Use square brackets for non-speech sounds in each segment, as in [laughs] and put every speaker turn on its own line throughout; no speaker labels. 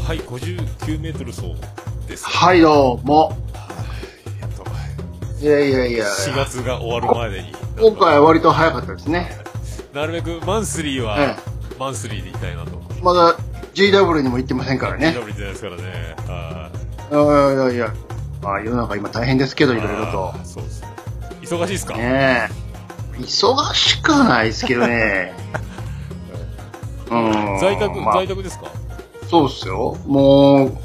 59メートル走です。
はい、どうも。
やっと
いやいやいや、
4月が終わる前でに。
今回は割と早かったですね。
なるべくマンスリー
え
は、マンスリーでいきたいなと。
まだ JW にも行ってませんからね。
ダブルじゃないですからね。はい
やいやいや、まあ世の中今大変ですけど、
い。
いろいろと
あ。ーそうですね。忙しいですか、
ねえ。忙しくはないですけ
[laughs]
どね。うん。
在宅、
まあ
在宅ですか
そうっすよ。もう、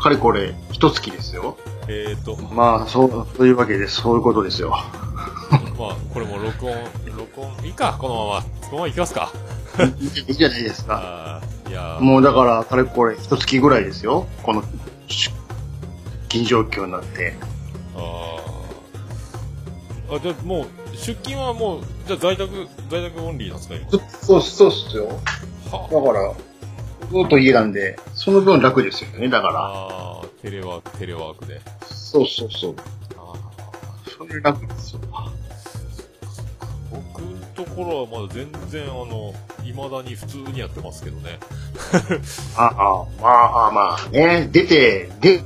かれこれ、一月ですよ。
えっ、ー、と、
まあ、そう、というわけで、そういうことですよ。
まあ、これも録音、録音、いいか、このまま。このままいきますか。
いいいいじゃないですか。
ああ、いやー
もうだから、かれこれ、一月ぐらいですよ。この、出勤状況になって。
あーあ。じゃあもう、出勤はもう、じゃあ在宅、在宅オンリーなんですか、今。
そう、そうっすよ。
は
だから、ずっと家なんで、その分楽ですよね。だか
ああ、テレワーク、テレワークで。
ら、そうそうそう。
あ
それ楽ですよ。
ー僕のところはまだ全然、あの、未だに普通にやってますけどね。
ああ、まあ、あまあね、出て、で、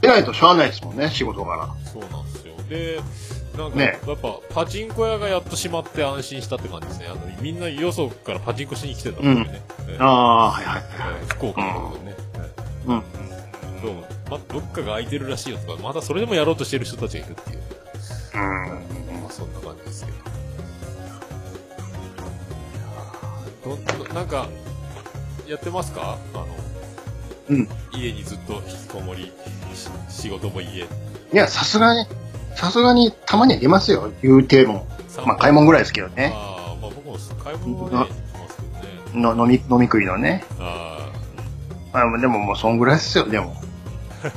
出ないとしゃあないですもんね、仕事か
そうなんですよ。で、なんか、
ね
やっぱ、パチンコ屋がやっと閉まって安心したって感じですね。あの、みんなよそからパチンコしに来てたんですよね。ええ
ら。ああ、はいはい。
ええ福岡のとこね。ええ
うん。
どうも、ま、どっかが空いてるらしいよとか、またそれでもやろうとしてる人たちがいるっていう。まあ、そんな感じですけど。どんどんなんか、やってますかあの、
うん
家にずっと引きこもり、し仕事も家、
いや、さすがに、さすがにたまには出ますよ、言うても。
散歩
まあ、買い物ぐらいですけどね。
あーまあ、僕も買い物はね、行きますけどね。
の飲み、飲み食いのね。
あ
まあ、でももうそんぐらいですよ、でも。 [laughs]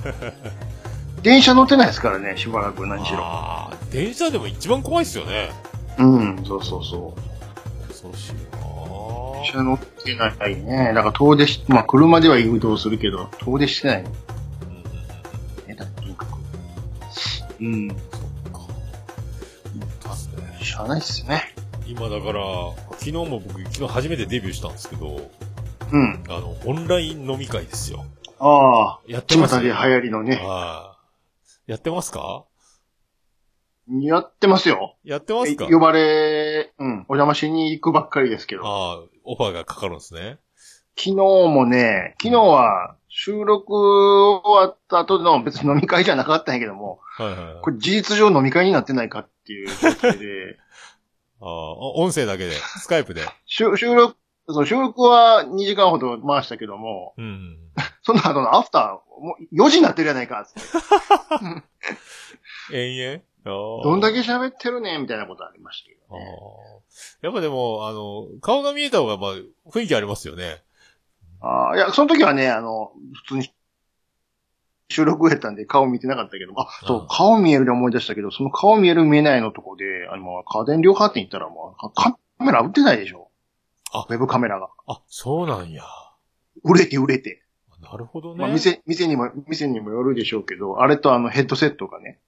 電車乗ってないですからね、しばらく
ー
何しろ。
あー、電車でも一番怖いっすよね。
うん、そうそうそう。
恐ろしい
電
な
車乗ってないね。だから遠出し、まあ車では誘導するけど、遠出してないね。
ぁ。うんうんうん
だからとにかく。うん。
そうですね
しゃあないっすね。
今だから、昨日も僕、昨日初めてデビューしたんですけど、
うん。
あの、オンライン飲み会ですよ。
ああ。
やって
巷
ます
で流行りのね。
はいやってますか
やってますよ。
やってますか
呼ばれ、うん、お邪魔しに行くばっかりですけど。
ああ、オファーがかかるんですね。
昨日もね、昨日は収録終わった後の別に飲み会じゃなかったんやけども、
はいはいはい。
これ事実上飲み会になってないかっていう状態で、 [laughs]
ああ、音声 [laughs] だけで、スカイプで。
収収録、その収録は2時間ほど回したけども、
うんうん。
その後のアフター、もう4時になってるやないかっつって。
延々ああ。
どんだ
け
け喋ってるねんみたいなことありましたけ
あ
ど
あ
ね。。
やっぱでも、あの、顔が見えた方が、まあ、雰囲気ありますよね。
ああ、いや、その時はね、あの、普通に収録やったんで顔見てなかったけど、あ、そう
うん、
顔見えるで思い出したけど、その顔見える見えないのとこで、あの、家電量販店行ったらもう、カカメラ売ってないでしょ。
あ
ウェブカメラが。
あ、そうなんや。
売れて売れて。
なるほどね。
まあ、店、店にも、店にもよるでしょうけど、あれとあのヘッドセットがね。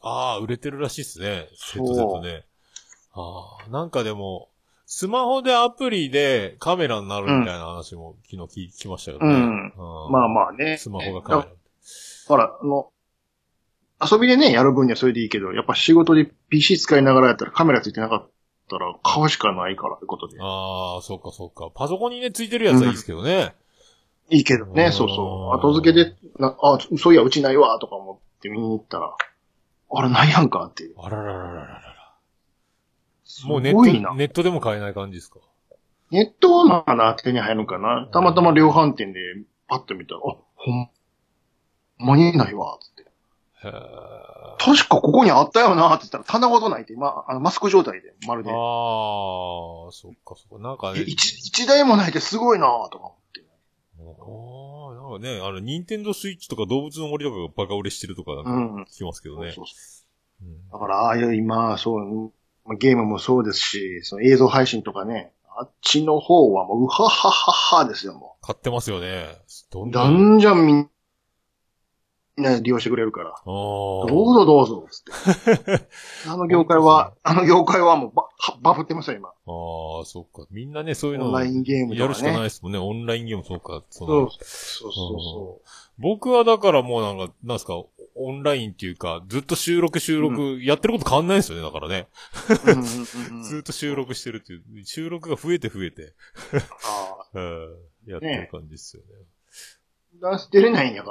ああ、売れてるらしいっすね。セ
う
ットセットね。ああ、なんかでも、スマホでアプリでカメラになるみたいな話も昨日聞きましたけどね。
うんまあまあね。
スマホがカメラ。
ほら、あの、遊びでね、やる分にはそれでいいけど、やっぱ仕事で PC 使いながらやったらカメラついてなかったら買うしかないからってことで。
ああ、そっかそっか。パソコンにね、ついてるやつはいいですけどね。
いいけど
う
ね、
ん
そうそう。後付けで、なあ、そういや、うちないわ、とか思って見に行ったら、あれないやんかって。
あらららららら。
す
も
ご
うネット、
いな。
ネットでも買えない感じですか。
ネットはまだ手に入るんかな。たまたま量販店でパッと見たら、あ、ほん、ほんまにないわ、つって。
へえ。
確かここにあったよな、って言ったら棚ごとないって、ま、あの、マスク状態で、まるで
あ。あ、そっかそっか。なんか
え
ね、
一、一台もないってすごいなぁとか思って。
ああ、なんかね、あの、ニンテンドースイッチとか動物の森とかがバカ売れしてるとかなん
う
か
ん。
聞きますけどね。
そうそ
う
う
ん
だから、ああいう今、そう、まあゲームもそうですし、その映像配信とかね、あっちの方はもう、うははははですよ、も
買ってますよね。ど
う。
ん
だ
どん。
んじゃんみんみんな利用してくれるから。
お
ど
ー
うぞどうぞ、つ
[laughs]
って。あの業界は、あの業界はもうバ、バフってますよ、今。
ああ、そっか。みんなね、そういう
オ
の
ンラインゲームとかね。
やるしかないですもんね。オンラインゲーム、そうか。そ
そう
の
そうそうそ
僕はだからもうなんか、なんすか、オンラインっていうか、ずっと収録収録、やってること変わんないですよね、だからね。
う。うんうん
[laughs]
うんう
ず
ん
っと収録してるっていう、収録が増えて増えて、
ああ
うん、やってる感じですよね。
ダンス出れないんやか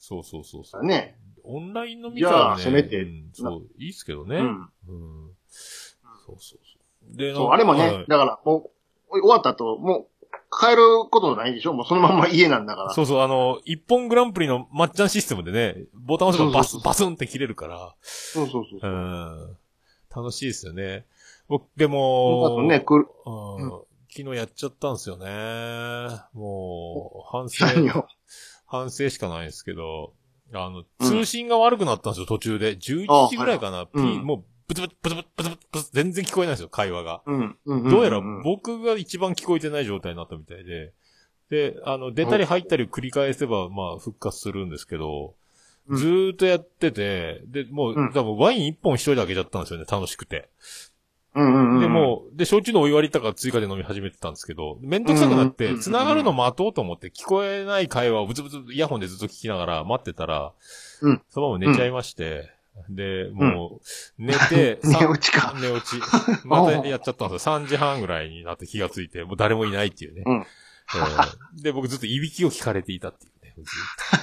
そうそうそうそ
ら
う。
ね。
オンライン飲み会はね。
じゃあせめて
うんそう、いいっすけどね。
う
うん。
ん。
そうそうそう。で、
そう、あれも
は
ね
い、
だから、もう、終わった後、もう、帰ることないでしょもうそのまんま家なんだから。
そうそう、あの、一本グランプリのマッチャンシステムでね、ボタン押せばバス
そうそうそう
バスンって切れるか
そうそうそう。
ら、うん。楽しいですよね。僕、で
あ
も
と、ね、来る、
うん
うん
昨日やっちゃったんですよね。もう、反省、
何を。
反省しかないですけど、あの、
うん
通信が悪くなったんですよ、途中で。
あ
11時ぐらいかな。
いはい
P
うん
もう、ブツブツブツブツブツブツ、全然聞こえないんですよ、会話が。
うん。うんん
どうやら
ん
僕が一番聞こえてない状態になったみたいで、で、あの、出たり入ったりを繰り返せば、まあ、復活するんですけど、
うん
ずーっとやってて、で、もう、
うん
多分ワイン一本一人で開けちゃったんですよね、楽しくて。
うんうんうん。
で、もう、で、焼酎のお湯割りとか追加で飲み始めてたんですけど、めんどくさくなっ
うんうんうん
て、
うん
繋がるの待とうと思って、聞こえない会話をブツブツ、イヤホンでずっと聞きながら待ってたら、
うん、
そのまま寝ちゃいまして、で、もう、寝て
寝落ちか
さん寝落
[laughs]
ち。またやっちゃったんですよ。3時半ぐらいになって気がついて、もう誰もいないっていうね。
うん
えーで、僕ずっといびきを聞かれていたっていう
[laughs]
ね。ず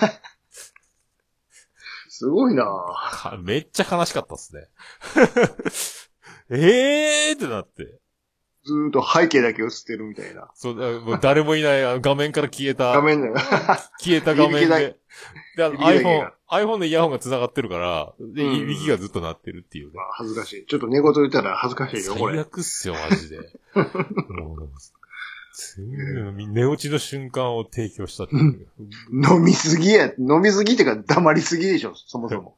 っと
すごいなぁ
かめっちゃ悲しかったっすね。 [laughs] えーってなって。
ずーっと背景だけ映ってるみたいな。
そう、だもう誰もいない、あの画面から消えた、
画
[laughs] 消
面だよ。
えた画
いび
面
きだい
で。で、あの
いびきだけ
iPhone
が、
iPhone のイヤホンが繋がってるから、で、
うん
いびきがずっと鳴ってるっていうね
ま。あ [laughs] 恥ずかしい。ちょっと寝言言ったら恥ずかしいよ、こ
最
れ。
悪っすよ、マジ
[laughs]
で。もうすんごい寝落ちの瞬間を提供したっていう。
飲みすぎや、飲みすぎってか黙りすぎでしょ、そもそも。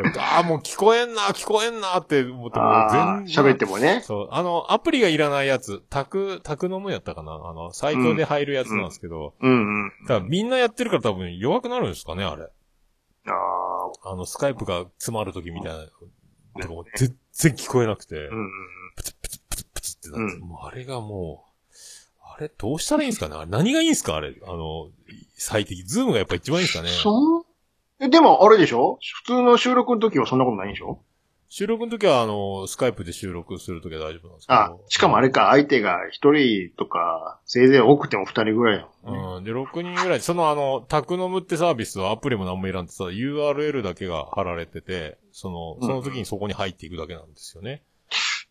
なんかああ、もう聞こえんな、聞こえんなって思って、も
ああ、
う全
喋
然
っ。てもね。
そう、あの、アプリがいらないやつ、タク、タクノムやったかなあの、サイトで入るやつなんですけど、
うんうん。
だからみんなやってるから多分弱くなるんですかね、あれ。
ああ、
あの、スカイプが詰まるときみたいな、でも全然聞こえなくて
うん、うんうん。
プツってなって、
うん
もうあれがもう、あれどうしたらいいんですかねあれ何がいいんですかあれ、あの、最適。ズームがやっぱ一番いいんですかね
そうえ、でも、あれでしょ普通の収録の時はそんなことないんでしょ
収録の時は、あの、スカイプで収録するときは大丈夫なんですけど。
あ、しかもあれか、相手が一人とか、せいぜい多くても二人ぐらいだもんね。
うん。で、6人ぐらい、そのあの、タクノムってサービスはアプリも何もいらんってさ、URL だけが貼られてて、その、その時にそこに入っていくだけなんですよね。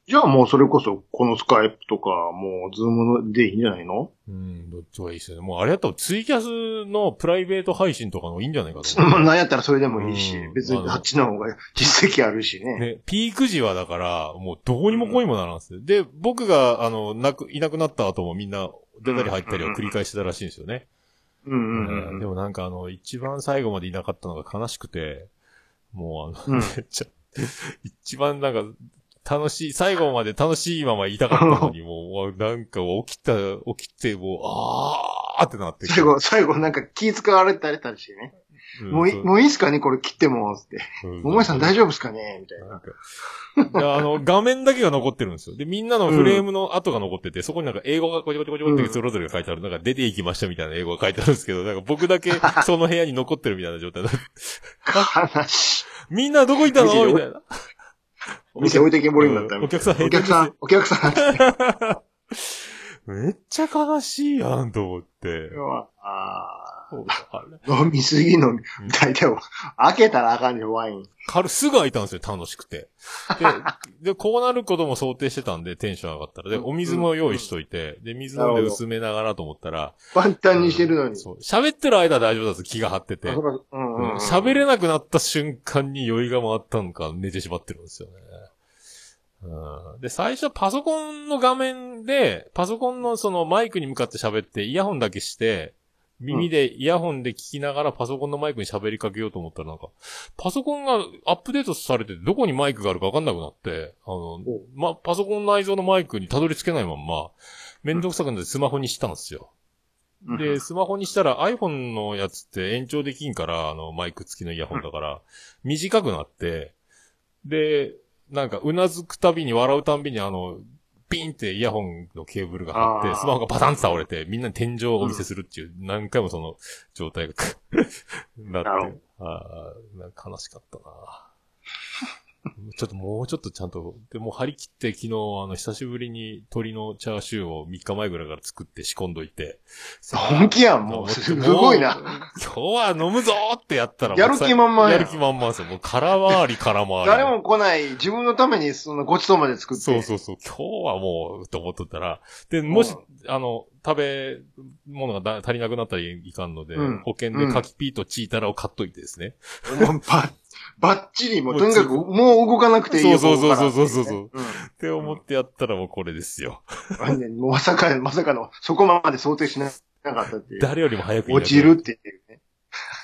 じゃあもうそれこそ、このスカイプとか、もうズームでいいんじゃないの [laughs]
うん、どっちがいいっすよね。もうあれやったらツイキャスのプライベート配信とかの方がいいんじゃないかと思う。
まあ、なんやったらそれでもいいし
うん、
別にあっちの方が実績あるしね。
ね、ピーク時はだから、もうどうにもこうにもならんっすよ。で、僕が、あの、なく、いなくなった後もみんな出たり入ったりを繰り返してたらしいんですよね。
うんう
うん
ん
で
うん。
もなんかあの、一番最後までいなかったのが悲しくて、もうあの、
うん
めっちゃ、一番なんか、楽しい、最後まで楽しいままいたかったの
[laughs]
に、もう、なんか起きた、起きて、もう、あーってなって。
最後、最後なんか気遣われたりたりしてね。
うん、
もうい、もういいっすかねこれ切っても、つって。桃井さん大
丈
丈夫っすかねみたいな。
夫あの、画面だけが残ってるんですよ。で、みんなのフレームの跡が残ってて、そこになんか英語がこちょこちょこちょってそれぞれが書いてある。なんか出ていきましたみたいな英語が書いてあるんですけど、なんか僕だけその部屋に残ってるみたいな状態になって
[laughs] 話。
みんなどこ行った
見て
の
よ
みたいな。
店置いてけぼりになったみたいな。
お客さん [laughs]
お客さん、お客さん。
めっちゃ悲しいやんと思って。
あ
あれ
ー飲みすぎ飲み、大体、開けたらあかんねワイン。
軽すぐ開いたんですよ、楽しくて。で、でこうなることも想定してたんで、テンション上がったら。で、お水も用意しといて、で、水飲んで薄めながらと思ったら。
万端にしてるのに。
そう喋ってる間は大丈夫だぞ、気が張ってて
あ。そらうんうんうん
喋れなくなった瞬間に酔いが回ったのか、寝てしまってるんですよね。うん、で、最初パソコンの画面で、パソコンのそのマイクに向かって喋って、イヤホンだけして、耳でイヤホンで聞きながらパソコンのマイクに喋りかけようと思ったらなんか、パソコンがアップデートされててどこにマイクがあるかわかんなくなって、あの、ま、パソコン内蔵のマイクにたどり着けないまんま、めんどくさくなってスマホにしたんですよ。
うん
で、スマホにしたら iPhone のやつって延長できんから、あの、マイク付きのイヤホンだから、短くなって、で、なんか、うなずくたびに笑うたんびに、あの、ピンってイヤホンのケーブルが張っ
あ
て、
ー
スマホがパタンと倒れて、みんなに天井をお見せするっていう、何回もその状態がな
な
っ
る
て、あーなんか悲しかったなちょっともうちょっとちゃんと、でもう張り切って昨日、あの、久しぶりに鶏のチャーシューを3日前ぐらいから作って仕込んどいて、
本気やん、もう。すごいな。
今日は飲むぞーってやったら、
やる気満々やん
やる気満々ですよ。もう空回り空回り。
誰も来ない、自分のためにそのごちそうまで作って。
そうそうそう。今日はもう、と思っとったら。で、もし、あの、食べ物がだ足りなくなったりいかんので、
うん
保険で柿ピーとチータラを買っといてですね。 [laughs]
もうば、ばっちり、もうとにかく、もう動かなくていいよ。
そうそうそう
ここから
そうそうそう
うん。
って思ってやったらもうこれです
[laughs]
よ。
あねもうまさか、まさかの、そこまで想定しなかったっていう。
誰よりも早くいなくな
落ちるっていうね。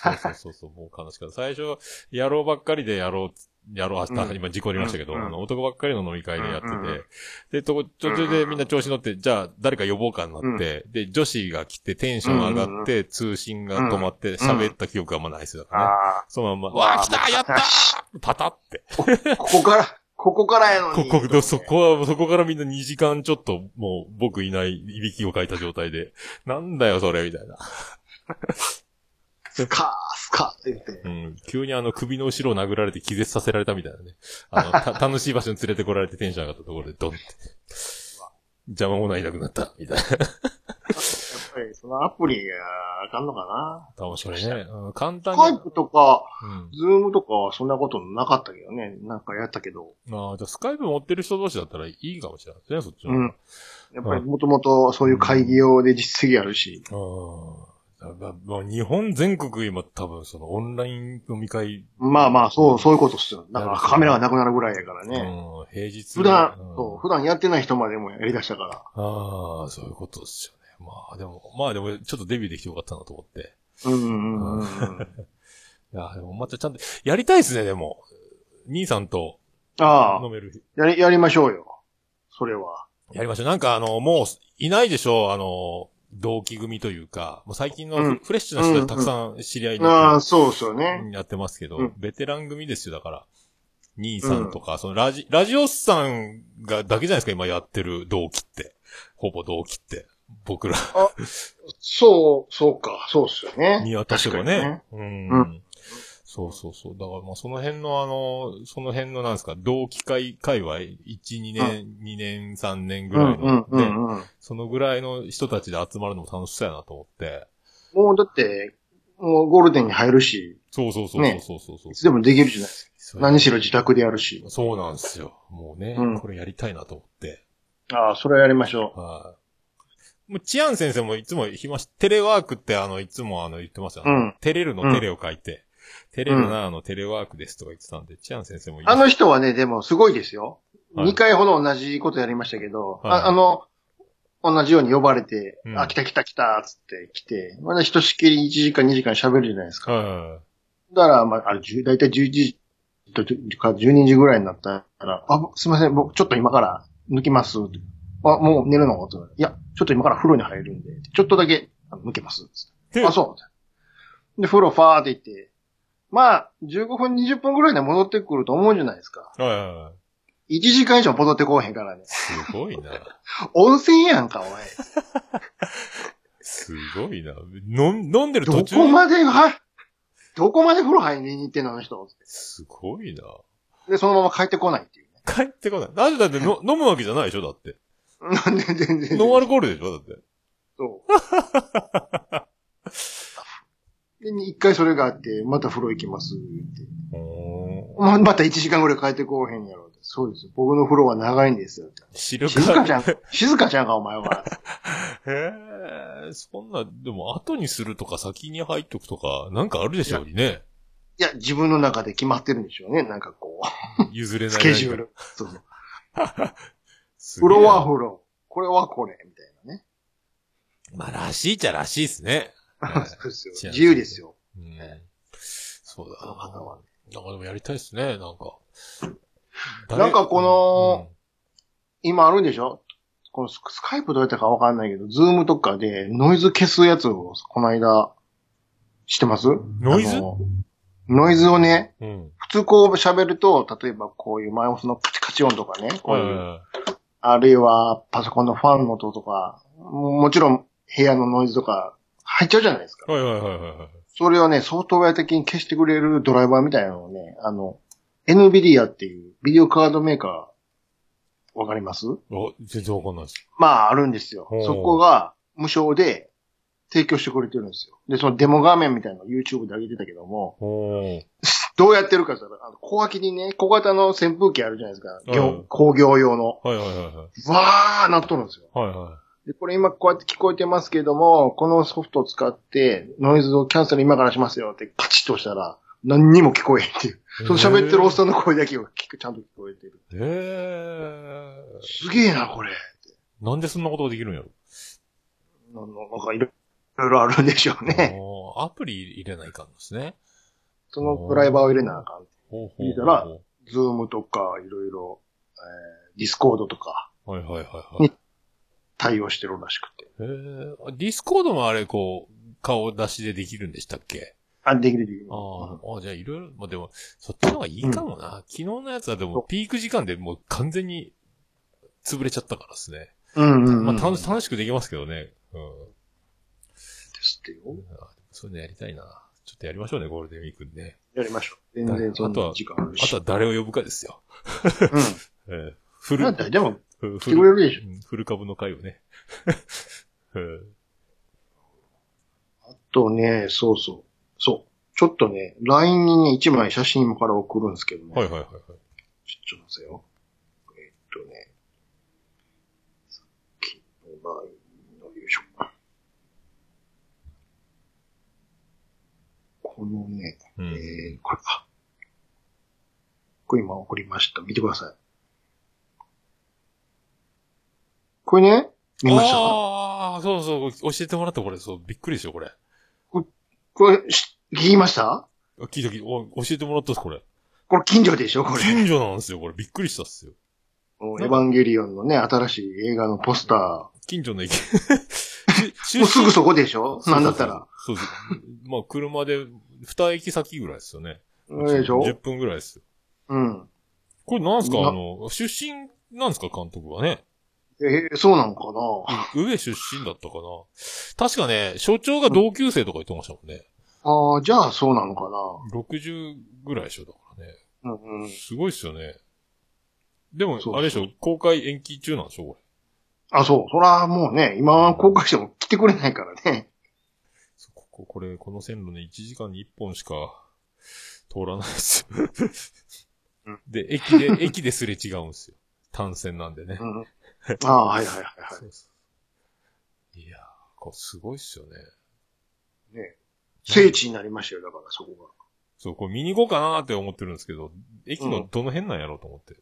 そうそうそうそう、もう悲しかった。最初、野郎ばっかりでやろう、やろう、あ
うん
今事故ありましたけど、
うんうん
あの男ばっかりの飲み会でやってて、
うんうん
で、とこ、途中でみんな調子乗って、じゃあ誰か呼ぼうかになって、で、女子が来てテンション上がって、通信が止まって喋った記憶があんまないですよだからね。
あ
そのまんま、
わあ
わあ、来たやったーパタって。
あ。ここから、ここからやの
こ
に。
こ、そこは、そこからみんな2時間ちょっと、もう僕いない、いびきをかいた状態で、なんだよそれ、みたいな。
スカー、スカーって言って。
うん。急にあの首の後ろを殴られて気絶させられたみたいなね。あの、た
[laughs]
楽しい場所に連れてこられてテンション上がったところでドンって。邪魔もないなくなった、みたいな。
やっぱり、そのアプリがあかんのかな。
楽しいね。うん、簡単
スカイ
に。
プとか、
うん。
ズームとかはそんなことなかったけどね。なんかやったけど。
まあ、じゃあスカイプ持ってる人同士だったらいいかもしれないですね、そっちの。
う
うん
ん。やっぱりもともとそういう会議用で実績あるし。。
だからまあ、日本全国今多分そのオンライン飲み会、
まあまあ、そう、そういうことっすよ。
な
だか
る
ら
ほど
カメラがなくなるぐらいやから
う
ね。
ん、平日。
普段、
うん
そう、普段やってない人までもやり出したから。
ああ、そういうことですよね。まあでも、まあでも、ちょっとデビューできてよかったなと思って。
うんうんうんうん。
いや、でもまたちゃんと、やりたいですね、でも。兄さんと
ああ
飲、める日。
やり、やりましょうよ。それは。
やりましょう。なんかあの、もう、いないでしょう、あの、同期組というか、もう最近
う
の
ん
フレッシュな人でたくさん知り合いに
ああ、そうっすよね。
やってますけど、
うん
ベテラン組ですよ、だから。兄さんとか、そのラジ、ラジオスさんが、だけじゃないですか、今やってる同期って。ほぼ同期って。僕ら
そう、そうか、そうっすよね。
見渡せば
確か
ね。うん。
う
そうそうそう。だからまあその辺のあの、その辺のなんですか、同期会界隈、1、2年、2年、3年ぐ
に
らい
ね。う
の、
んうんう
で
んうん。
そのぐらいの人たちで集まるのも楽しそうやなと思って。
もうだって、もうゴールデンに入るし、
そうそうそう
ね
そうそうそう
いつでもできるじゃないですか。
そう。
何しろ自宅でやるし。
そうなんですよ。もうね、
うん
これやりたいなと思って。
ああ、それはやりましょう。
はい。もう、チアン先生もいつも暇し、テレワークってあの、いつもあの、言ってますよ。
うん
テレルのテレを書いて、テレルなあの、テレワークですとか言ってたんで、チアン先生も
あの人はね、でもすごいですよ。
はい
2回ほど同じことやりましたけど、
はい
ああの、同じように呼ばれて、
うん
あ、来た来た来た、つって来て、まだひとしきり1時間2時間喋るじゃないですか。
は
だから、まあ、あれ、10だいたい11時とか12時ぐらいになったら、あ、すいません、僕ちょっと今から抜きます。あ、もう寝るのっていや、ちょっと今から風呂に入るんで、ちょっとだけあの抜けます。
い。
あ、そう。で、風呂ファーって行って、まあ、15分、20分ぐらいで戻ってくると思うじゃないですか。
う。はいはいはい。
1時間以上戻ってこうへんからね。
すごいな。
温泉やんか、おい。
[laughs] すごいな。飲ん飲んでる途
ど
中
こまでは、どこまで風呂入りに行ってんの、あの人。
すごいな。
で、そのまま帰ってこないっていうね。
帰ってこない。だってだっての飲むわけじゃないでしょだって。
[laughs] なんで、全然。
ノンアルコールでしょだって。
そう。 [laughs] で、一回それがあって、また風呂行きますって。
おー
ま、また1時間ぐらい帰ってこうへんやろって。そうですよ。僕の風呂は長いんですよって。
知るか。
静かちゃん、静かちゃんか、お前は。
へえ、そんな、でも後にするとか先に入っとくとか、なんかあるでしょうにね。
いや、自分の中で決まってるんでしょうね。なんかこ
譲れ
う、
ない。
スケジュー。ル。そうそう。
すげえな
風呂は風呂。これはこれ。みたいなね。
まあ、らしいっちゃらしいですね。
[laughs] そうですよ
違う。
自由ですよ。
うんそうだ
その方は
な。なんかでもやりたいですね、なんか。
なんかこの
うん
今あるんでしょこのススカイプどうやったかわかんないけど、ズームとかでノイズ消すやつを、この間、してます
ノイズ
あのノイズをね、
うん。
普通こう喋ると、例えばこういうマイオスのカチカチ音とかね、こう
はいいうはいはい。
あるいはパソコンのファンの音とか、もちろん部屋のノイズとか入っちゃうじゃないですか。
はいはいはいはいはい。
それをね、ソフトウェア的に消してくれるドライバーみたいなのをね、あの、NVIDIA っていうビデオカードメーカー、わかります
お、全然わかんないです。
まあ、あるんですよ
ほう。
そこが無償で提供してくれてるんですよ。で、そのデモ画面みたいなのを YouTube で上げてたけども、
おー。
どうやってるかって言ったら、あの小脇にね、小型の扇風機あるじゃないですか。業
うん
工業用の。
はいはいはいはい。
わーなっとるんですよ。
はいは
で、これ今こうやって聞こえてますけども、このソフトを使って、ノイズをキャンセル今からしますよってカチッと押したら、何にも聞こえへんっていう。
い。
その喋ってるおっ
ん。
さんの声だけが聞く、ちゃんと聞こえてる。
えー。
すげえな、これ。
なんでそんなことができるんやろ
あのなんかいろいろあるんでしょうね。
おーアプリ入れないかんですね。
そのドライバーを入れなあかん。
ほう
入れたらズームとか、いろいろ、えー、ディスコードとか
はいはいはいはい。
対応してるらしくて。
えー、あディスコードもあれ、こう、顔出しでできるんでしたっけ
あ、できるできる。
あーあ、じゃあいろいろ、まあ、でも、そっちの方がいいかもな。昨日のやつはで
そ
も、
う
ピーク時間でもう完全に潰れちゃったからですね。
うんうん、う
まあ
ん。
楽し、楽しくできますけどね。うん。
ですってよ。
あそういうのやりたいな。ちょっとやりましょうね、ゴールデンウィークにね。
やりましょう。全然そんな時間あるし。
あとは誰を呼ぶかですよ。
うん。
えー、フ
なん
ル、
だ、でも、
フ
来てくれ
ル、
るでしょ。
うんフル株の会をね。 [laughs] うん
とね、そうそう。そう。ちょっとね、LINE にね、一枚写真今から送るんですけどね。
はいはいはいはい。
ちょっと待ってよ。えっとね。さっきの LINE の、よいしょ。このね、
うん。
えー、これ、あ。これ今送りました。見てください。これね、見ましたか
ああ、そうそう、教えてもらったこれ、そう、びっくりでしょ、これ。
これ、し聞きました
聞いた聞いたお教えてもらったっす、これ。
これ近所でしょこれ。
近所なんですよ、これ。びっくりしたっすよ。
もうエヴァンゲリオンのね、新しい映画のポスター。
近所の
[laughs]
駅。
もうすぐ
そ
そこでしょなんだったら。。
そうそう。まあ、車で、二駅先ぐらいですよね。
そうでしょ
?10 分ぐらいですよ。
うん。
これなんすか
な
あの、出身なんすか監督はね。
えー、そうなのかな
上出身だったかな。確かね、所長が同級生とか言ってましたもんね。
ああ、じゃあそうなのか
60ぐらいでしょ、だからね。
なうんうん。
すごいっすよね。でも
そうそ、う
あれでしょ、公開延期中なんでしょ、これ。
あ、そう。そらもうね、今公開しても来てくれないからね。
そうここ、これ、この線路ね、1時間に1本しか通らないです
う
よ
ん。
で、駅
[laughs]
で、駅ですれ違うんですよ。単線なんでね。
うん。ああ、はいはいはいは
そうそういやー、こうすごいっすよね。
い。ね、聖地になりましたよ、だからそこが。
そう、これ見に行こうかなーって思ってるんですけど、駅のどの辺なんやろうと思って。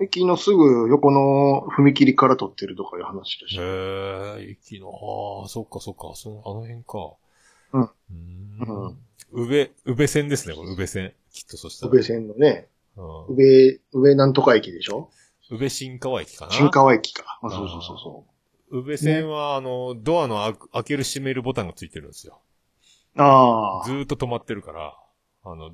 駅のすぐ横の踏切から撮ってるとかいう話だし。
へえ、駅の、ああ、そっかそっか、その、あの辺か。
うん
うーん。宇部、宇部線ですね、これ、宇部線。きっとそした
宇
ら。
部線のね、
うん
宇部、宇部なんとか駅でしょ
宇部新川駅かな。
新川駅か。あ、そうそうそうそ
宇部線は、あの、ドアのあ開ける閉めるボタンがついてるんですよ。
う。ああ。
ずーっと止まってるから、あの、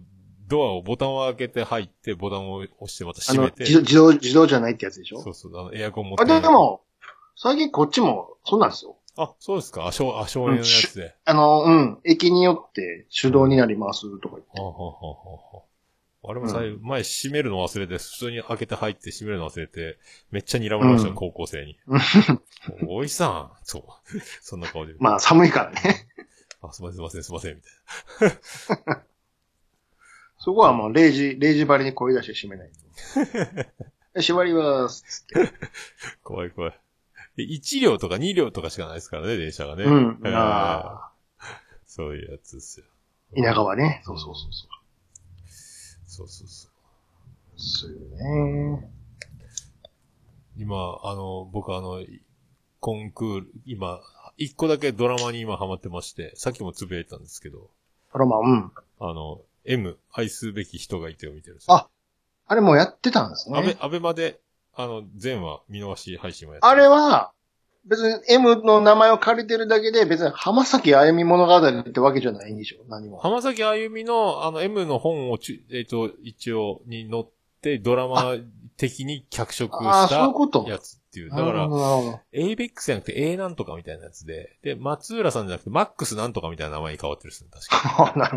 ドアを、ボタンを開けて入って、ボタンを押してまた
あ
閉
の
め、て。
自動、自動、自動じゃないってやつでしょ
そうそう、あの、エアコン持って
あ、でで。も、最近こっちも、そうなんですよ。
あ、そうですか。あ、省、あ、省エネのやつで。
あの、うん、駅によって手動になりますとか言って。
はあ、はあはあはあ、あれも最後、前閉めるの忘れて、普通に開けて入って閉めるの忘れて、めっちゃ睨まれましたよ、
うん
高校生に
う。
おいさん、そう。 [laughs] そんな顔で。
まあ、寒いからね。 [laughs]
あ、すいません、すいません、すいません、みたい
そこはもう0時、0時張りに声出して閉めない
[laughs]
と。縛ります。つって
な。怖い怖い。で1両とか2両とかしかないですからね、電車がね。
うん。
えー
ああ、
そういうやつですよ。
田舎はね。そうそうそうそう。
そうそうそう。
そうよね。
今、あの、僕あの、コンクール、今、一個だけドラマに今ハマってまして、さっきもつぶやいたんですけど、
あらまあ、うん。
あの、M、愛すべき人がいてを見てるんですよ。
ああれもうやってたんです
アベ
ね。、
アベマで、あの、前話、見逃し配信もやって
あれは、別に M の名前を借りてるだけで、別に浜崎あゆみ物語ってわけじゃないんでしょ何も。
浜崎あゆみの、あの、M の本をちゅ、えっ、と、一応、に載って、ドラマ的に脚色
ああー、
し
そうい
た
うこと。
やつっていう。だか
なる
ら
ほ、どなるほど
ABEX じゃなくて A なんとかみたいなやつで、で、松浦さんじゃなくて MAX なんとかみたいな名前に変わってるんですね、確か
あなるほ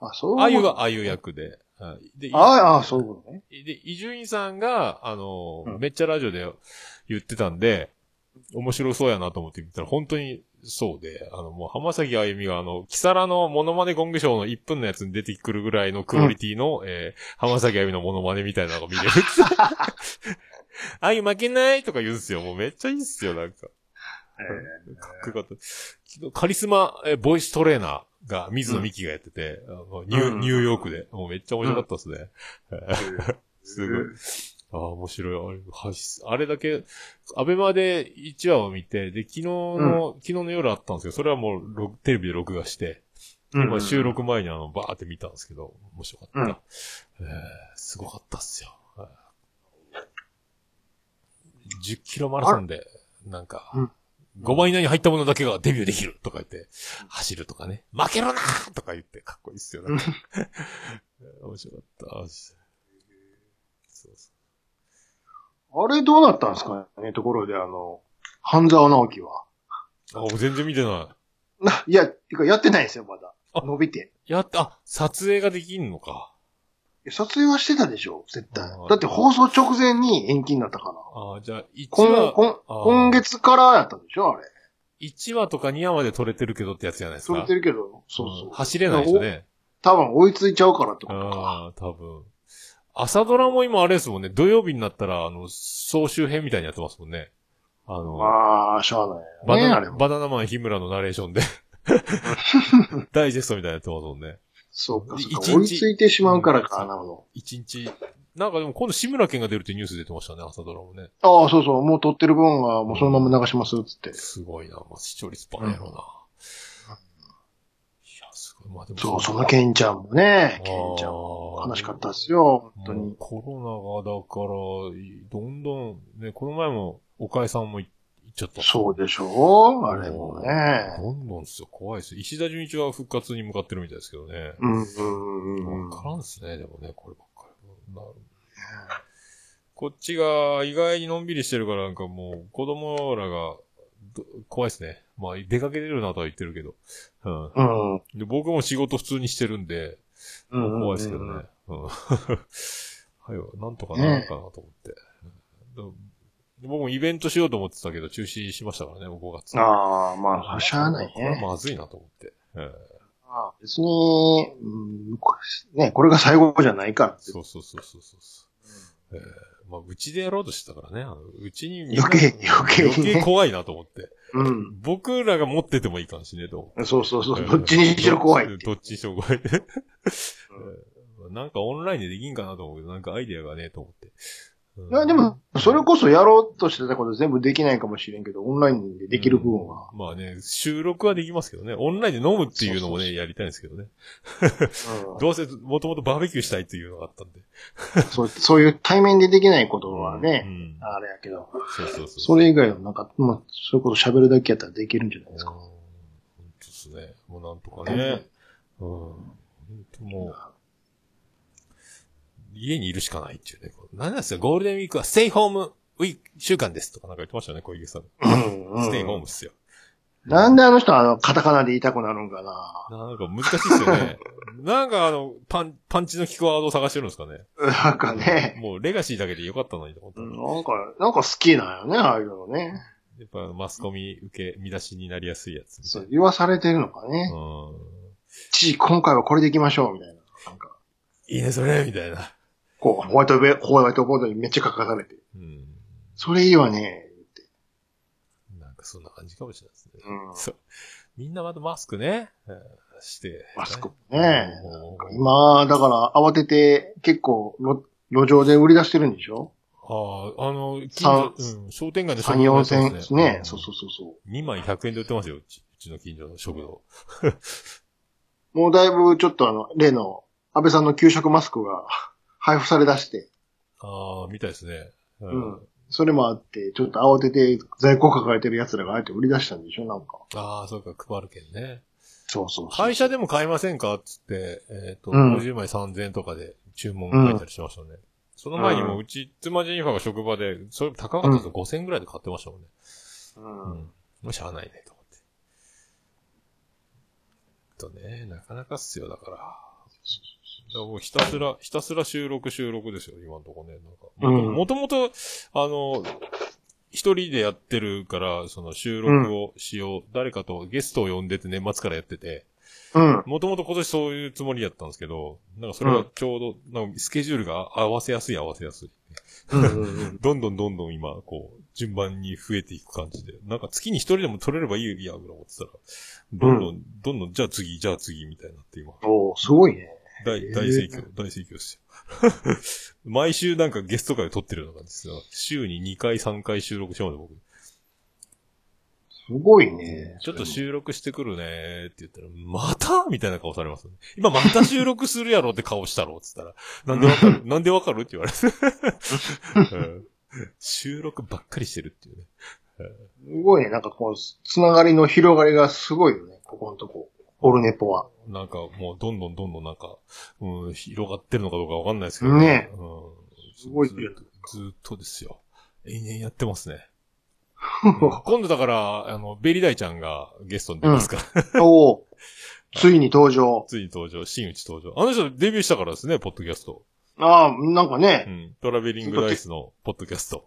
ど。あ、そう
に。あ
い
ゆ
うこと。
があゆ役で。はいで、い
ああ、そういうことね。
で、伊集院さんが、あの、
うん
めっちゃラジオで言ってたんで、面白そうやなと思って見たら、本当にそうで、あの、もう浜崎あゆみが、あの、キサラのモノマネゴングショーの1分のやつに出てくるぐらいのクオリティの、えー浜崎あゆみのモノマネみたいなのが見れる。あゆ負けないとか言うんですよ。もうめっちゃいいっすよ、なんか。 [laughs] かっこよかった。昨日カリスマ、えーボイストレーナーが、水野美紀がやってて、あのニュー
うん
ニューヨークで、もうめっちゃ面白かったですね。すごい。ああ、面白い。あれ、はいあれだけ、アベマで1話を見て、で、昨日の、昨日の夜あったんですけど、それはもう録、テレビで録画して、
うん
まあ収。録前にあの、バーって見たんですけど、面白かった。
うん
えーすごかったっすよ。はい10キロマラソンで、なんか、
うん
5番以内に入ったものだけがデビューできるとか言って、走るとかね、負けろなーとか言って、かっこいいっすよ。なんか [laughs] 面白かった。マジでそうそう
あれどうなったんですかねところで、あの、半沢直樹は。
あ、俺全然見てな
ないや、てかやってないですよ、まだ。
あ
伸びて。
い。やった、あ、撮影ができんのか。
撮影はしてたでしょ絶対
あー。
だって放送直前に延期になったから。
あじゃあ、1
今、
話、
今、
あー
今月からやったでしょあれ。
一話とか2話まで撮れてるけどってやつじゃないです
そ
か。
れてるけど、そうそう。
ん走れないですよね。
多分追いついちゃうからってことか。
ああ、多分。朝ドラも今あれですもんね、土曜日になったら、あの、総集編みたいにやってますもんね。あの、
まあ、しゃあ
バ
ないよね、あ
ナ
れ
ナ
も。
バナナマン日村のナレーション
[laughs]
で。ダイジェストみたいにやってますもんね。
そうか、そうか。
一日
追いついてしまうから
う
か、
ん
なるほ
一日。なんかでも今度志村けんが出るってニュース出てましたね、朝ドラもね。
ど。ああ、そうそう、もう撮ってる分は、もうそのまま流します、つって。
すごいな、まあ、視聴率バネやろうな。いや、すごい。まあでも、
そう、そのケンちゃんもね、ケンちゃんも
あー
悲しかったっすよ、本当
もう
に。
コロナが、だから、どんどん、ね、この前も、岡井さんもい行っちゃった。
そうでしょうあれもね。
どんどんっすよ、怖いっすよ。石田純一は復活に向かってるみたいですけどね。
うん、うん、うんうん
わ。からんっすね、でもね、こればっかり。なるこっちが意外にのんびりしてるからなんかもう子供らがど怖いっすね。まあ出かけてるなとは言ってるけど。うん。
うん。
で、僕も仕事普通にしてるんで、
うんうん
怖いですけどね。うん。 [laughs] はいよ、なんとかなるかなと思って。うんで僕もイベントしようと思ってたけど、中止しましたからね、5月。
ああ、まあ、しゃあない
これは
ね。
まずいなと思って。ええ
まあ別に、うん、こね、これが最後じゃないからって。
そうそうそうそうそう。ええまあ、うちでやろうとしてたからね。あのうちにみんな
余計、余計
余
に
計
ね。
怖いなと思って。
うん。
僕らが持っててもいいかもしれねえと思う。
そうそうそう。 [laughs] どっちにしろ怖いっていう。
[laughs] どっちにしろ怖い。なんかオンラインでできんかなと思うけど、なんかアイデアがねえと思って。うん
いや、でも、それこそやろうとしてたこと全部できないかもしれんけど、オンラインでできる部分は。
まあね、収録はできますけどね。オンラインで飲むっていうのも
そうそうそ
ね、やりたいんですけどね。
うん
どうせ、もともとバーベキューしたいっていうのがあったんで。
そうそういう対面でできないことは
う
ね、
ん。
あれやけど、
そうそうそう。
それ以外はなんか、まあ、そういうこと喋るだけやったらできるんじゃないです
うん
か。
本当ですね。もうなんとかね。うん。本当もう、家にいるしかないっていうね。こう何なんですかゴールデンウィークはステイホームウィーク週間ですとかなんか言ってましたよね、小池さん。
うんうん
ステイホームっすよ。
なんであの人あの、カタカナで言いたくなるんかな。
なんか難しいっすよね。
[laughs]
なんかあの、パン、パンチの効くワードを探してるんですかね。
なんかね、
もうレガシーだけでよかったのにと思った
う
ら
んなんか、なんか好きなんよね、ああいうのね。
やっぱマスコミ受け、見出しになりやすいやつみた
そ、
いう
言わされてるのかね。
な。うん。
ち、今回はこれでいきましょう、みたいな。なんか、
いいね、それみたいな。
こう、ホワイトベ、ホワイトボードにめっちゃ書かされて。
うん。
それいいわね。
なんかそんな感じかもしれないですね。
うん。
そう。みんなまたマスクね、うんして。
マスクも
うん
ね。
もう
今、だから慌てて結構路、路上で売り出してるんでしょ
ああ、あの、近
三
所、うん、商店街の
?3、4千
です
ね。そうそうそうそ
2枚100円で売ってますよ、うちうちの近所の食堂。
う。もうだいぶちょっとあの、例の安 [laughs] 倍さんの給食マスクが配布され出して。
ああ、みたいですね。う
うん。それもあって、ちょっと慌てて在庫抱えてる奴らがあえて売り出したんでしょなんか。
ああ、そうか、配るけんね。
そうそうそう。
会社でも買いませんかっつって、えっ、と、
うん
50枚3000円とかで注文が入ったりしましたね。その前にもうち、妻ジェニファーが職場で、それ高かったんですよ。5000円ぐらいで買ってましたもんね。
う。
うんん。もうしゃあないね、と思って。とね、なかなかっすよ、だから。だからもうひたすら、ひたすら収録収録ですよ、今んとこね。なんか。
うん
もともと、あの、一人でやってるから、その収録をしよう。誰かとゲストを呼んでって年末からやってて、
うん。
もともと今年そういうつもりやったんですけど、なんかそれはちょうど、なんかスケジュールが合わせやすい合わせやすい。
うんうん
どんどんどんどん今、こう、順番に増えていく感じで。なんか月に一人でも取れればいいや、ぐらい思ってたら、どんどん、どんどん、じゃあ次、じゃあ次、みたいになって今、
おーすごいね。
大、
え
大盛況、大盛況ですよ。 [laughs] 毎週なんかゲスト会を撮ってるような感じですよ。週に2回、3回収録してまで僕。
すごいね。
ちょっと収録してくるねーって言ったら、またみたいな顔されます、ね。今また収録するやろって顔したろって言ったら、なんでわかるなんでわかるって言われて、 [laughs] うん収録ばっかりしてるっていうね。
すごいね。なんかこう、つながりの広がりがすごいよね。ここのとこ。オルネポは。
なんかもうどんどんどんどんなんか、うん、広がってるのかどうかわかんないですけど
ね
うん。
すごい
ず
よね
ずーっとですよ。延々やってます
[laughs]
ね。今度だから、あの、ベリダイちゃんがゲストに出ますから。
お
[laughs]
ーついに登場。
ついに登場、新内登場。あの人デビューしたからですね、ポッドキャスト。
ああ、なんか
う
ね、
ん。トラベリングダイスのポッドキャスト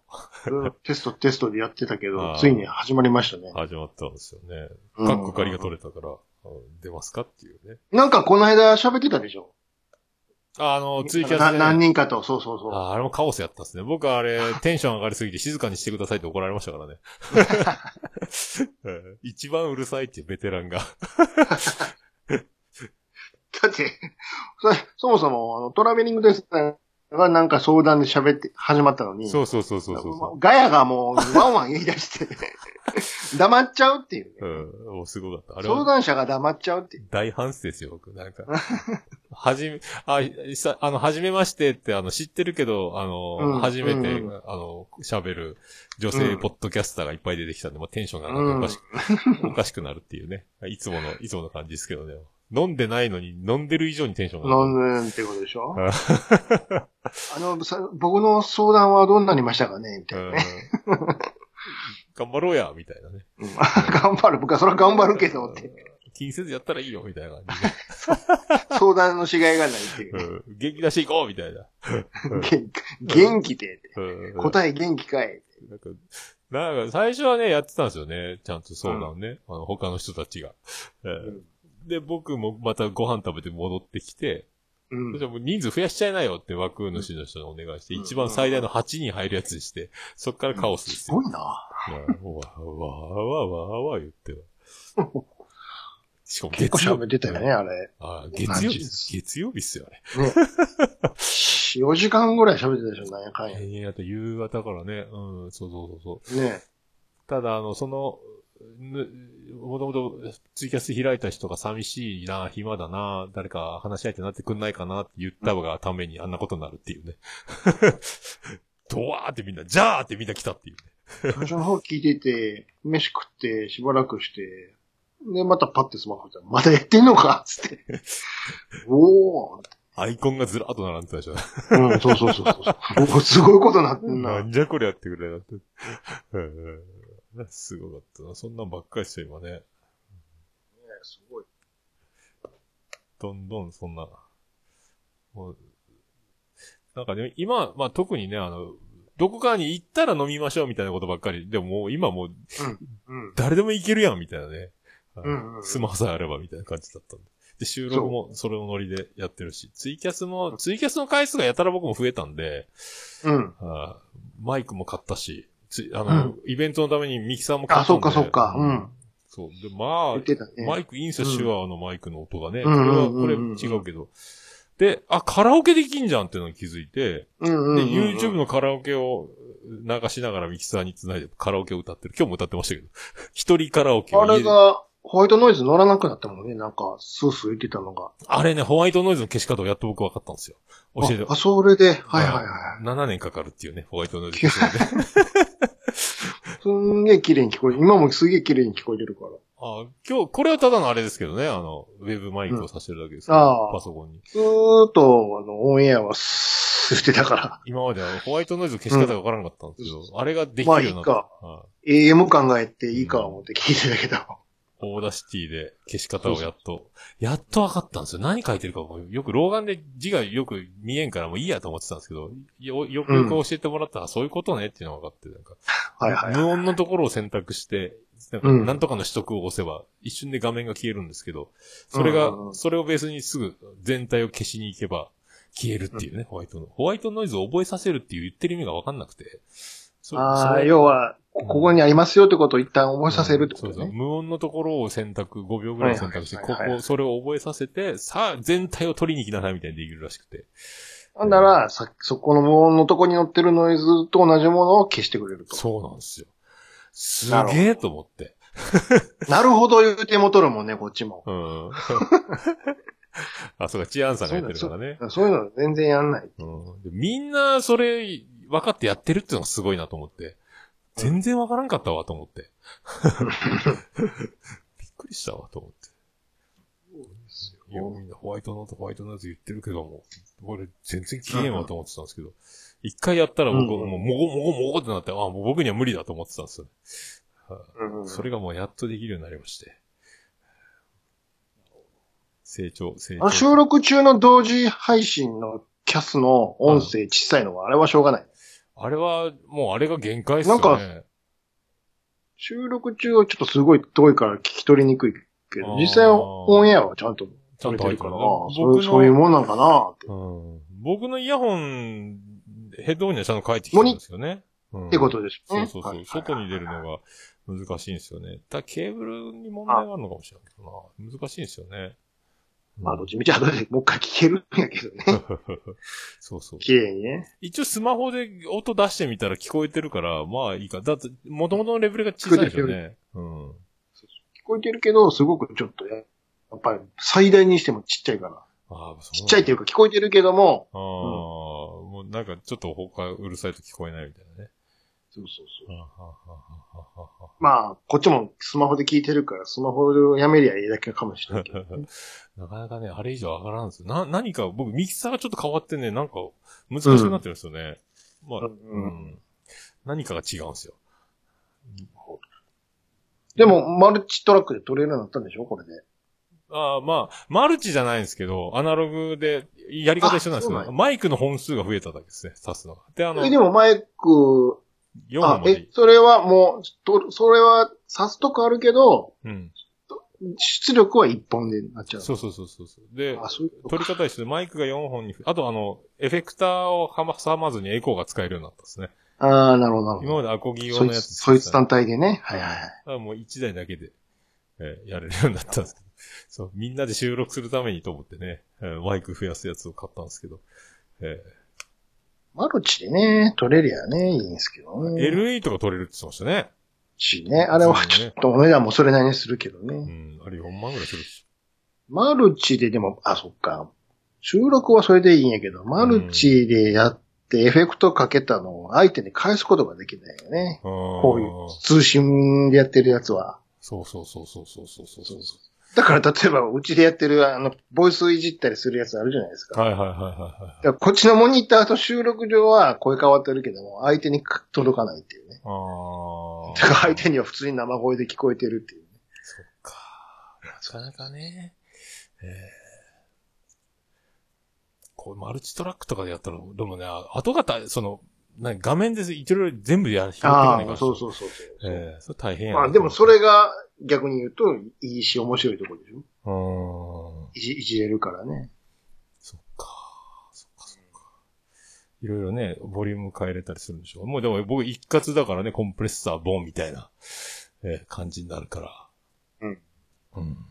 テストテストでやってたけ
あ
ど
ー、
ついに始まりましたね。
始まったんですよね。
うん
かっこ借りが取れたから、うん出ますかっていうね。
なんかこの間喋ってたでしょ
あの、ツイキャス
な
で。
何人かと、そうそうそう。
ああれもカオスやったっすね。僕はあ
[laughs]
れ、テンション上がりすぎて静かにしてくださいって怒られましたからね。うん一番うるさいっていうベテランが。
だって、そそもそもあのトラベリングデスがなんか相談で喋って、始まったのに、
そうそうそうそうそ
ガヤがもうワンワン言い出して、黙っちゃうっていう
う。う
ね。
ん。もうすごかった。あれ
相
は
談者が黙っちゃうっていう。
大反省ですよ、僕。なん
[laughs]
か。はじめ、あ、さ、あの、はじめましてって、あの、知ってるけど、あの、
うん
初めて
うん、
あの、喋る女性ポッドキャスターがいっぱい出てきたんで、まあテンションがなんかおかしく、おかしくなるっていうね。いつもの、いつもの感じですけどね。飲んでないのに、飲んでる以上にテンションが上がる。
飲むってことでしょ
あ
[laughs] あのさ、僕の相談はどうなりましたかねみたいなね。
うん頑張ろうや、みたいなね。
うん頑張る。僕はそれは頑張るけどって。
気にせずやったらいいよ、みたいな感
相談のしがいがないってい
じ
う
で。
ね。
うん元気出していこう、みたいな。うん
元元気で。
うん
答え元気かい。
なんか、なんか最初はね、やってたんですよね。ちゃんと相談ね。あの、他の人たちが。えー
うん
で、僕もまたご飯食べて戻ってきて、そし
うん。
たらもう人数増やしちゃいなよって枠主の人にお願いして、
うん
一番最大の8人入るやつにして、そっからカオスです
す
よ。
ごいな。
うんわーわーわーわーわー言っては。しかも
結構
月曜
喋ってたよね、あれ。
あー月曜日
マジです、
月曜日っすよ、あれ。
4時間ぐらい喋ってたでしょ、なんやかんや。ね
延々あと夕方からね、うん、そうそうそうそう。
え。
ただ、あの、その、ぬもともとツイキャス開いた人が寂しいな、暇だな、誰か話し合いってなってくんないかなって言ったがためにあんなことになるっていうね。 [laughs] ドワーってみんな、じゃーってみんな来たっていうね。
最初の方聞いてて、飯食って、しばらくして、で、またパッてスマホ見たら、まだやってんのかつ
[laughs]
って。おーって
アイコンがずらっと並んでたでし
[laughs]
ょ。
うん、そうそうそうそうそう。おすごいことなってん
なん
な。
じゃこりゃってぐらいだって。 [laughs] うんすごかったな。そんなんばっかりして今ね。
すごい。
どんどんそんな、もう、なんかね、今、まあ特にね、あの、どこかに行ったら飲みましょうみたいなことばっかり。でももう今もう
うん。
誰でも行けるやんみたいなね。
んうんうん
スマホさえあればみたいな感じだったんで。で、収録もそれをノリでやってるし、ツイキャスも、ツイキャスの回数がやたら僕も増えたんで、
うん。
あーマイクも買ったし、つあの、イベントのためにミキサーも買
あ、
った
そ
ん
っ
で。
かそっか。うん。
そう。で、まあ
言っ、てた
マ
ね。
イクいいんすよ、
うん
手話のマイクの音がね。こ
う
れ
ん
は、
う
こ
んうん
れ
うんうん
違うけど。で、あ、カラオケできんじゃんっていうのに気づいて、
うんうん
で、
うん。
YouTube のカラオケを [laughs] 流しながらミキサーにつないでカラオケを歌ってる。今日も歌ってましたけど。一人カラオケを
あ
家
れ
で
が、ホワイトノイズ乗らなくなったもんね、なんか、スースー言ってたのが。
あれね、ホワイトノイズの消し方をやっと僕分かったんですよ。教えて
あ、あそれで、はいはいは
7年かかるっていうね、ホワイトノイズ消し
[laughs]
方で。
い。すんげえ綺麗に聞こえる。今もすげえ綺麗に聞こえてるから。
あ今日、これはただのあれですけどね、あの、ウェブマイクをさせてるだけですけ
うん
ど、
あー
パソコンに。
ずーっと、あの、オンエアはスーってたから、
今まではホワイトノイズの消し方が分からなかったんですけど、あれができるようになった。
ま
はい
AM 考えていいか思って聞いてたけど。 [laughs]
オーダーシティで消し方をやっと、やっと分かったんですよ。何書いてるかもよく老眼で字がよく見えんからもういいやと思ってたんですけど、よ、よくよく教えてもらったら、あそういうことねっていうのが分かって、なんか、
はいはい。
無音のところを選択して、なんか
うん
なんとかの取得を押せば、一瞬で画面が消えるんですけど、それが
うんうんう、ん
それをベースにすぐ全体を消しに行けば、消えるっていうね、ホワイトの。ホワイトノイズを覚えさせるっていう言ってる意味が分かんなくて。そそ
ああ、
れ
要は、ここにありますよってことを一旦覚えさせるってこ
うん
と
そうそう
ね。
無音のところを選択、5秒ぐらい選択して、
はい
こ
はいはいはい
こ、それを覚えさせて、さあ、全体を取りに行きなさいみたいにできるらしくて。
なんなら、さそこの無音のとこに乗ってるノイズと同じものを消してくれると。
そうなんですよ。す
なるほど
げえと思って。
なるほど言うてもとるもんね、こっちも。 [laughs]
うん。あ、そうか、チアンさんがやってるからね。
そういうの全然やんない。
うん、でみんな、それ、分かってやってるっていうのがすごいなと思って。全然分からんかったわ、と思って。びっくりしたわ、と思って。いや、みんなホワイトノート、ホワイトノート言ってるけども、俺全然消えんわと思ってたんですけど、一回やったら僕、
うんうん
もう、もごもごもごってなって、あ、もう僕には無理だと思ってたんですよね。
うん
それがもうやっとできるようになりまして。成長、成
あの
長。
収録中の同時配信のキャスの音声小さいのは、あれはしょうがない。
あれは、もうあれが限界っすよね。
なん収録中はちょっとすごい遠いから聞き取りにくいけ
あ
ど、
ー
実際オンエアはちゃんと
ちゃんと
撮
入
れ
っててるね
るから、
僕
そ
の
うそういうもんなんかなって。
うん、僕のイヤホン、ヘッドホンにはちゃんと帰ってきてるんですよね。うん
ってことです
そ
ね。
うそう
は
そ。
いう
外に出るのが難しいんですよね。ただケーブルに問題があるのかもしれないけどな。難しいんですよね。
まあ、ど
うん
っちみち後でもう一回聞けるんやけどね。
そうそう。
綺麗にね。
一応スマホで音出してみたら聞こえてるから、まあいいか。だって、元々のレベルが小さいですよね。うん。
聞こえてるけど、すごくちょっとや、やっぱり最大にしてもちっちゃいから。
ああ、そう。
ちっちゃいっていう
か。
か聞こえてるけども、
ああ、もうなんかちょっと他うるさいと聞こえないみたいなね。
そうそうそう。
はあはあはあはあはあ
まあ、こっちもスマホで聞いてるから、スマホをやめりゃいいだけかもしれないけどね、
なかなかね、あれ以上上がらんですよ。な、何か、僕、ミキサーがちょっと変わってね、なんか、難しくなってるんですよね。まあ、
う
うんん。何かが違うんですよ。
でも、マルチトラックで撮れるようになったんでしょこれで。
ああ、まあ、マルチじゃないんですけど、アナログで、やり方一緒なんですけ
あそうなん
ど、
や
マイクの本数が増えただけですね、足すのが。で、あの
え、、でもマイク、
4
あ
ま、でい
え
い。、
それはもう、とそれは、刺すとこあるけど、
うん。
出力は一本でなっちゃう。
そうそうそうそうそう。で、
あ、そういうこと
取り方一緒で、マイクが4本に、あとあの、エフェクターをはま挟まずにエコーが使えるようになったんですね。
ああ、なるほど、なる
今
ほ
までアコギ
ど。
用
そ
の
い
や
つ、
つ。
そいつ単体でね。はいはいはい。
だからもう一台だけで、えーやれるようになったんですけど、 [laughs] そう、みんなで収録するためにと思ってね、えーマイク増やすやつを買ったんですけど、え
マルチでね、撮れりゃね、いいんですけど
ー
ね。
LA とか撮れるって言ってましたね。
しね。あれはちょっとお値段もそれなりにするけどね。
うん、あれ4万ぐらいするでし
マルチででも、あ、そっか。収録はそれでいいんやけど、マルチでやってエフェクトかけたのを相手に返すことができないよね。
ょ。
こういう通信でやってるやつは。
そうそうそうそうそうそうそうそう
だから例えば、うちでやってる、あの、ボイスいじったりするやつあるじゃないですか。
はいはいはいはいはい。
だからこっちのモニターと収録上は声変わってるけども、相手にか届かないっていうね。
あー
だから相手には普通に生声で聞こえてるっていう、ね。
そっか。なかなかね。えーこう、マルチトラックとかでやったら、でもね、あ後型、その、な画面でいろいろ全部や、拾っていか
あ
ないから。
あ、そうそうそうそう。
ええそれ大変やな
まあでもそれが逆に言うと、いいし面白いところでしょ
うーん。
いじいじれるからね。
そっか。そっかそっか。いろいろね、ボリューム変えれたりするんでしょう。もうでも僕一括だからね、コンプレッサーボンみたいな、えー感じになるから。
うん。
うん。ま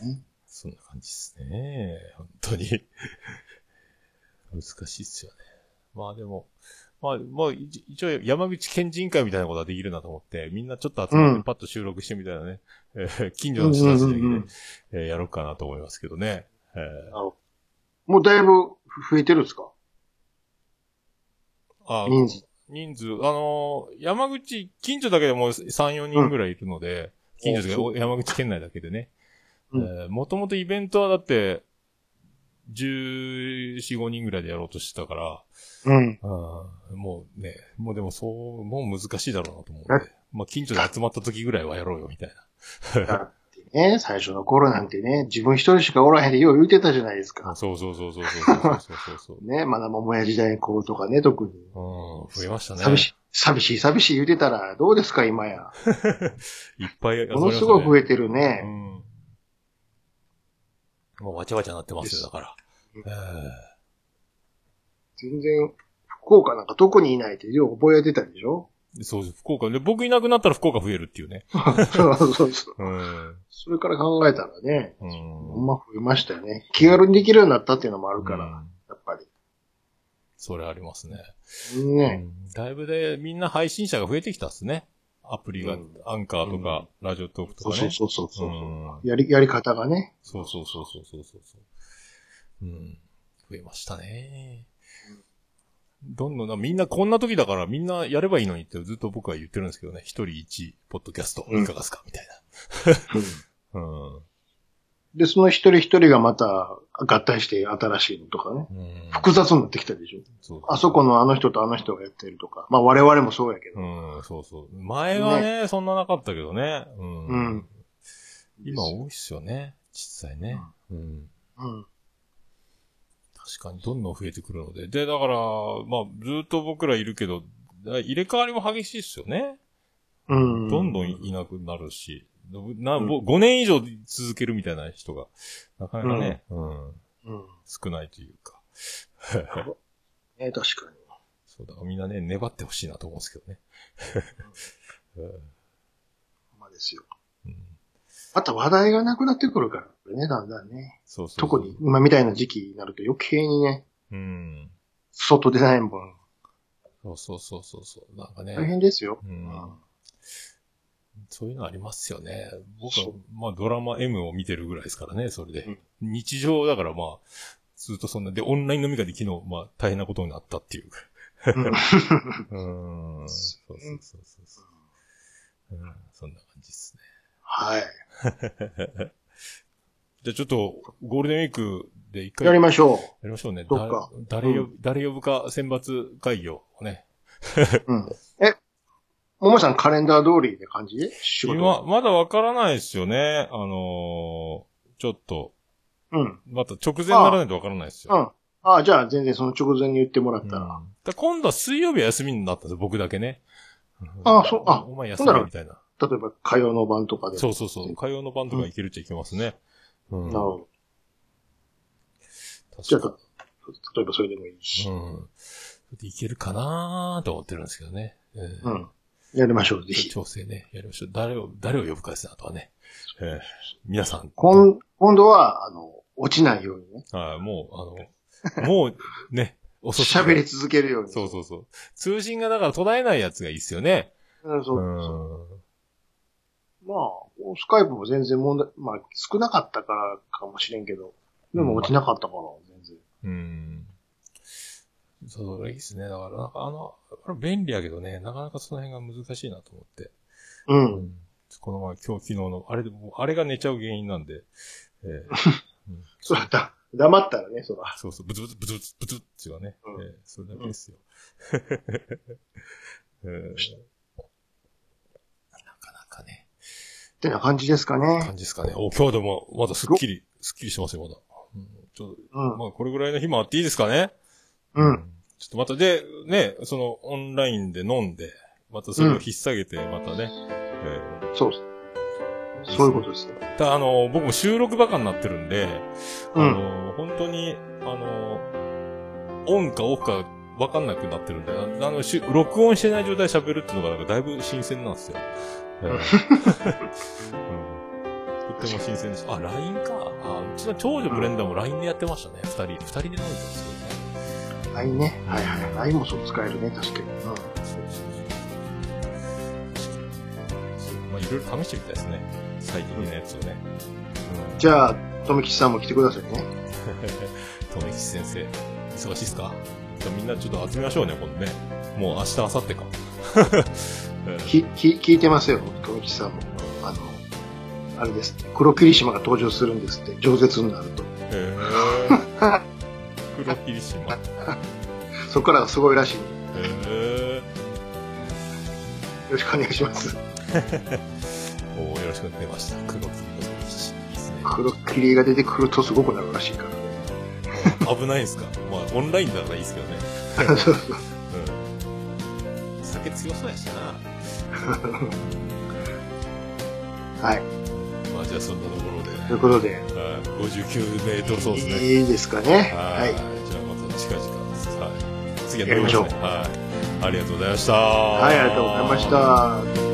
あ
ね。
そんな感じですね。本当に。難しいっすよね。まあでも、まあ、まあ、一一応山口県人会みたいなことはできるなと思って、みんなちょっと集まっ
う
て
ん
パッと収録してみたいなね、えー近所の人たちだけで、
うんうんうん
えーやろうかなと思いますけどね。えー
もうだいぶ増えてるんですか
あ
人数。
人数、あのー山口、近所だけでもう3、4人ぐらいいるので、近所ですけど、お山口県内だけでね。
うん
もともとイベントはだって、14、5人ぐらいでやろうとしてたから、
うん。
あーもうね、もうでもそう、もう難しいだろうなと思うんで、まあ近所で集まった時ぐらいはやろうよ、みたいな。
だってね、最初の頃なんてね、自分一人しかおらへんでよう言うてたじゃないですか。
そうそうそうそうそうそうそうそうそう。
ね、まだ桃屋時代の頃とかね、特に。
うん、増えましたね。
寂しい、寂しい、寂しい言うてたら、どうですか、今や。
いっぱい集まりましたね
ものすごい増えてる
う
ね。
ん。もうわちゃわちゃなってますよ、だから。
うん
え
全然、福岡なんかどこにいないってよう覚えてたで
[laughs]
しょ
えそうです、福岡。で、僕いなくなったら福岡増えるっていうね。
そうそうそう。
うん。
それから考えたらね、
う
ほん
ん。
ま増えましたよね。気軽にできるようになったっていうのもあるから、
うん
やっぱり。
それありますね。
ね、
うんだいぶで、みんな配信者が増えてきたっすね。アプリが、
うん
アンカーとか、ラジオトークと
そう
か
そう
ね。
そうそうそう、
うん
やり、やり方がね。
そうそうそうそうそうそうそう。うん。増えましたね。どんどんな、みんなこんな時だからみんなやればいいのにってずっと僕は言ってるんですけどね。一人一、ポッドキャスト、いかがですかみたいな。うん。
で、その一人一人がまた合体して新しいのとかね。
うん。
複雑になってきたでしょ。
そう
あそこのあの人とあの人がやってるとか。まあ我々もそうやけど。
うん、そうそう。前はね、そんななかったけどね。うん。
うん。
今多いっすよね。実際ね。うん。
うん。
確かにどんどん増えてくるので。で、だから、まあ、ずっと僕らいるけど、入れ替わりも激しいっすよね。
うん。
どんどんいなくなるし、な、5年以上続けるみたいな人が、なかなかね、うん、
うん。
少ないというか。
ね、確かに。
そうだ、みんなね、粘ってほしいなと思うんですけどね。 [laughs]
ほんまですよ。
うん、
また話題がなくなってくるからね、だんだんね。
そうそうそう
特に。今みたいな時期になると余計にね、
うん。
外出ない分、
そうそうそうそうそう。なんか
大
ね、
変ですよ。
う
うんん
そういうのありますよね。僕
そ
は
う、
まあドラマ M を見てるぐらいですからね、それで。
うん
日常だからまあ、ずっとそんな、で、オンライン飲み会で昨日、まあ大変なことになったっていう。
うん
うん。そうそうそうそうそう。うん、そんな感じですね。
はい。
じゃあちょっと、ゴールデンウィークで一回
やり
や
ましょ
りましょうね。
どっか
だ誰呼ぶ、誰呼ぶか選抜会議をね。
う。うん。え、ももさんカレンダー通りで感じ仕事
今、。まだわからないですよね。あのーちょっと、
うん。うん。
また直前にならないとわからないですよ。
ああ、じゃあ全然その直前に言ってもらっ
うん
たら。
だ今度は水曜日は休みになったんですよ、僕だけね。
あそうあ
お前休みみたいな。
例えば火曜の晩とかで。
そうそうそう。火曜の晩とか行けるっちゃいけますね。うん。
なるほど。じゃ
確か
あ、例えばそれでもいいし。
うん。いけるかなーと思ってるんですけどね。えー
うん。やりましょう、ぜひ。
調整ね、やりましょう。誰を、誰を呼ぶかですね、あとはね。えー皆さん。
今、今度は、あの、落ちないようにね。
はい、もう、あの、もう、
[laughs]
ね、遅く
喋り続けるように。
そうそうそう。通信がだから途絶えないやつがいいっすよね。
うん。そううそう。まあ、スカイプも全然問題、まあ、少なかったからかもしれんけど、でも落ちなかったから、全然。
うん。そう、それいいっすね。だから、なんかあの、あれ便利やけどね、なかなかその辺が難しいなと思って。
うん。
この前、今日、昨日の、あれでも、あれが寝ちゃう原因なんで、えーうん
そら、だ、黙ったらね、そら。
そうそう、ブツブツブツブツブツっていうのはね、
うん
えーそれだけですよ。 [laughs] えーなかなかね、
ってな感じですかね。
感じですかね。お、今日でも、まだすっきり、すっきりしてますよ、まだ。うん、ちょっ
う
と、
ん。
まあ、これぐらいの日もあっていいですかね。
うん。。
ちょっとまた、で、ね、その、オンラインで飲んで、またそれを引っ提げて、またね、え
そうです。そういうことですよ。
ーただあの、僕も収録バカになってるんで、
う
あ
ん。
の、本当に、あの、オンかオフか分かんなくなってるんで、ああの、し録音してない状態で喋るっていうのが、なんかだいぶ新鮮なんですよ。え
[laughs]
ーうんとっても新鮮です。あ、LINE か。あ、うちの長女ブレンダーも LINE でやってましたね。二人、二人で飲んでたんですよね。
ラインね。はいはい。ラインもそう使えるね、確かに。うん。
そうそうそう。まあ、いろいろ試してみたいですね。最近のやつをね。うん。
じゃあ、富吉さんも来てくださいね。
富吉先生、忙しいっすかじゃあみんなちょっと集めましょうね、今度ね。もう明日、明後日か。うん
き、き、聞いてますよ、富吉さんも。あの、あれですって。黒霧島が登場するんですって。饒舌になると。
へー。黒霧島。へ
そこからがすごいらしいんで。よ
ー。
ろしくお願いします。
おーよろしく出ました。黒霧島。いいっすね。
黒霧が出てくるとすごくなるらしいから。
危ないんすかまあ、オンラインだったらいいっすけどね。
[laughs] そう
うん。酒強そうやしな。
はい。
まあ、じゃあそんなところで。
ということで、
はい59メートルそうですね。
いいですかね。
は
はいい。。
じゃあまた近々、はい。次は
やりましょう
はい。ありがとうございました。
は、
はい
ありがとうございまし。た。